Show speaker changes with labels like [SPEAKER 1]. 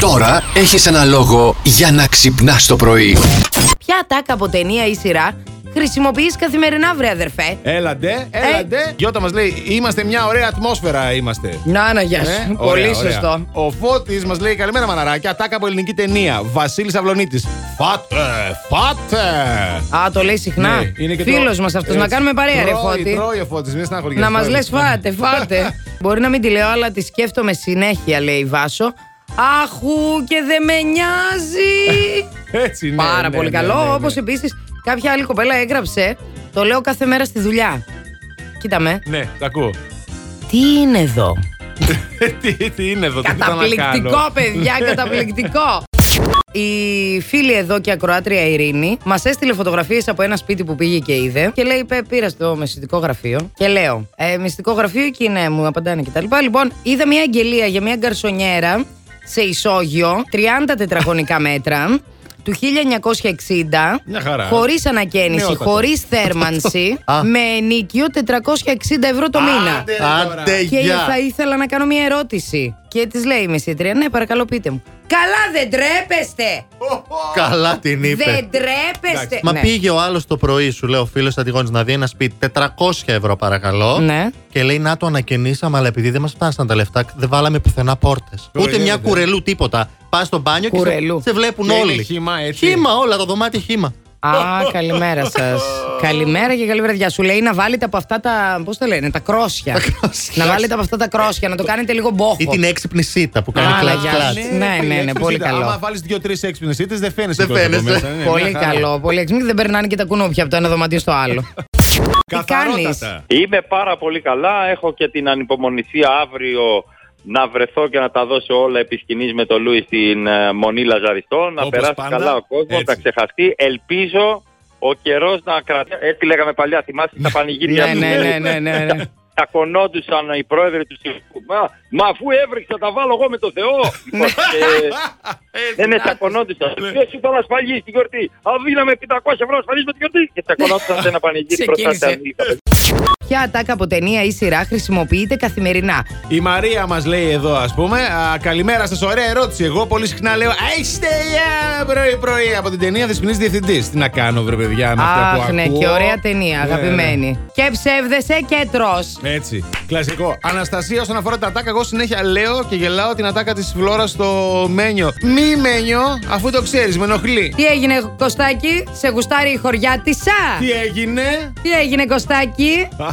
[SPEAKER 1] Τώρα έχεις ένα λόγο για να ξυπνάς το πρωί.
[SPEAKER 2] Ποια τάκα από ταινία ή σειρά χρησιμοποιείς καθημερινά, βρε αδερφέ.
[SPEAKER 3] Έλαντε, έλαντε. Ε, Γιώτα μας λέει: Είμαστε μια ωραία ατμόσφαιρα. Είμαστε.
[SPEAKER 2] Να, να, γεια σου.
[SPEAKER 3] Ε,
[SPEAKER 2] Πολύ
[SPEAKER 3] ωραία, ωραία.
[SPEAKER 2] σωστό.
[SPEAKER 3] Ο Φώτης μας λέει: Καλημέρα, μαναράκια. Τάκα από ελληνική ταινία. Βασίλης Αυλονίτης. Φάτε, φάτε.
[SPEAKER 2] Α, το λέει συχνά.
[SPEAKER 3] Ναι, είναι και το-
[SPEAKER 2] Φίλος μας αυτός, να
[SPEAKER 3] Έτσι.
[SPEAKER 2] κάνουμε παρέα, ρε
[SPEAKER 3] Τρώει,
[SPEAKER 2] φώτη.
[SPEAKER 3] Τρώει ο φώτης, μην στεναχωριέσαι.
[SPEAKER 2] Να μας
[SPEAKER 3] Τρώει.
[SPEAKER 2] λες, φάτε, φάτε. Μπορεί να μην τη λέω, αλλά τη σκέφτομαι συνέχεια, λέει η Βάσο. Αχού και δεν με νοιάζει.
[SPEAKER 3] Έτσι, ναι,
[SPEAKER 2] Πάρα
[SPEAKER 3] ναι,
[SPEAKER 2] πολύ
[SPEAKER 3] ναι,
[SPEAKER 2] καλό.
[SPEAKER 3] ναι, ναι.
[SPEAKER 2] Όπως επίσης κάποια άλλη κοπέλα έγραψε. Το λέω κάθε μέρα στη δουλειά. Κοίτα με.
[SPEAKER 3] Ναι, τα ακούω. Ε,
[SPEAKER 2] Τι είναι εδώ.
[SPEAKER 3] τι, τι είναι εδώ, τι ήταν να κάνω.
[SPEAKER 2] Καταπληκτικό, παιδιά, καταπληκτικό. Η φίλη εδώ και ακροάτρια Ειρήνη μας έστειλε φωτογραφίες από ένα σπίτι που πήγε και είδε. Και λέει: «Πε, Πήρα στο μεσητικό γραφείο. Και λέω: ε, Μυστικό γραφείο εκεί ναι, μου απαντάνε κτλ. Λοιπόν, είδα μια αγγελία για μια γκαρσονιέρα σε ισόγειο, 30 τετραγωνικά μέτρα, του 1960.
[SPEAKER 3] Μια χαρά.
[SPEAKER 2] Χωρίς ανακαίνιση,
[SPEAKER 3] Νεότατο.
[SPEAKER 2] χωρίς θέρμανση, με ενίκιο 460 ευρώ το μήνα.
[SPEAKER 3] Άντε, ρε, τώρα.
[SPEAKER 4] Άντε
[SPEAKER 2] Και θα
[SPEAKER 4] Ε, γεια.
[SPEAKER 2] ήθελα να κάνω μια ερώτηση. Και της λέει η μεσήτρια, ναι, παρακαλώ πείτε μου. Καλά, δεν τρέπεστε!
[SPEAKER 4] Καλά την είπε.
[SPEAKER 2] Δεν τρέπεστε!
[SPEAKER 4] Μα
[SPEAKER 2] Ναι.
[SPEAKER 4] πήγε ο άλλος το πρωί, σου λέει ο φίλος Αντιγόνη, να δει ένα σπίτι 400 ευρώ παρακαλώ.
[SPEAKER 2] Ναι.
[SPEAKER 4] Και λέει να το ανακαινήσαμε, αλλά επειδή δεν μας φτάσαν τα λεφτά, δεν βάλαμε πουθενά πόρτες. Ούτε μια
[SPEAKER 3] Κοροϊδεύεται.
[SPEAKER 4] κουρελού τίποτα. Πας στο μπάνιο και
[SPEAKER 2] Κουρελού.
[SPEAKER 4] σε, σε βλέπουν
[SPEAKER 3] ναι. Και είναι
[SPEAKER 4] όλοι.
[SPEAKER 3] χύμα, έτσι.
[SPEAKER 4] Χύμα, όλα, το δωμάτιο χύμα.
[SPEAKER 2] Α, καλημέρα σας. καλημέρα και καλή βραδιά. Σου λέει να βάλετε από αυτά τα. Πώς τα λένε, τα κρόσια. να βάλετε από αυτά τα κρόσια, να το κάνετε λίγο μπόχο.
[SPEAKER 4] Ή την έξυπνη σίτα που
[SPEAKER 2] Α,
[SPEAKER 4] κάνει κλατ
[SPEAKER 2] γεια
[SPEAKER 4] κλατ.
[SPEAKER 2] σου. Ναι, ναι, ναι, πολύ
[SPEAKER 3] Κοίτα,
[SPEAKER 2] καλό.
[SPEAKER 3] Άμα βάλεις δύο-τρει έξυπνες ήττε, δεν φαίνεσαι.
[SPEAKER 4] Δεν
[SPEAKER 3] τόσο από
[SPEAKER 4] φαίνεσαι.
[SPEAKER 3] μέσα, ναι,
[SPEAKER 2] πολύ
[SPEAKER 3] μια χαρά.
[SPEAKER 2] καλό, πολύ έξυπνο. Δεν περνάνε και τα κουνούπια από το ένα δωματίο στο άλλο. Τι κάνεις.
[SPEAKER 3] Καθαρότατα.
[SPEAKER 5] Είμαι πάρα πολύ καλά. Έχω και την ανυπομονησία αύριο να βρεθώ και να τα δώσω όλα επί σκηνής με τον Λούι στην ε, Μονή Λαζαριστών. Να
[SPEAKER 3] Όπως
[SPEAKER 5] περάσει
[SPEAKER 3] πάντα.
[SPEAKER 5] καλά ο κόσμος,
[SPEAKER 3] Έτσι.
[SPEAKER 5] να ξεχαστεί. Ελπίζω ο καιρός να κρατήσει. Έτσι λέγαμε παλιά, θυμάστε τα πανηγύρια
[SPEAKER 2] ναι,
[SPEAKER 5] τους.
[SPEAKER 2] ναι, ναι, ναι, ναι. ναι.
[SPEAKER 5] Τα κονόντουσαν οι πρόεδροι τους Συμβουλίου. Μα, μα αφού έβρεξα, τα βάλω εγώ με το Θεό. Λοιπόν,
[SPEAKER 3] Ε,
[SPEAKER 5] και- ναι, ναι, τσακωνόντουσαν. Ποιο ήταν να σφαγεί στην γιορτή. Αν δίναμε 500 ευρώ να σφαγίσουμε τη γιορτή. Και τσακωνόντουσαν σε ένα πανηγύρι μπροστά σε
[SPEAKER 2] Ξεκίνησε.
[SPEAKER 5] ανήλικα.
[SPEAKER 2] Ποια ατάκα από ταινία ή σειρά χρησιμοποιείται καθημερινά.
[SPEAKER 3] Η Μαρία μας λέει εδώ, ας πούμε, α, καλημέρα σας, ωραία ερώτηση. Εγώ πολύ συχνά λέω Αίστε πρωί-πρωί από την ταινία Δεσπινή Διευθυντής. Τι να κάνω, βρε παιδιά, με αυτά που
[SPEAKER 2] Αχ, ναι,
[SPEAKER 3] ακούω.
[SPEAKER 2] και ωραία ταινία,
[SPEAKER 3] Ναι,
[SPEAKER 2] αγαπημένη. Και ψεύδεσαι και τρώ.
[SPEAKER 3] Έτσι. Κλασικό. Αναστασία, όσον αφορά τα ατάκα, εγώ συνέχεια λέω και γελάω την ατάκα της Φλόρας στο μένιο. Μη μένιο, αφού το ξέρεις, με ενοχλεί.
[SPEAKER 2] Τι έγινε, Κωστάκι, σε γουστάρει η χωριά της
[SPEAKER 3] Τι έγινε.
[SPEAKER 2] Τι έγινε, Κωστάκι.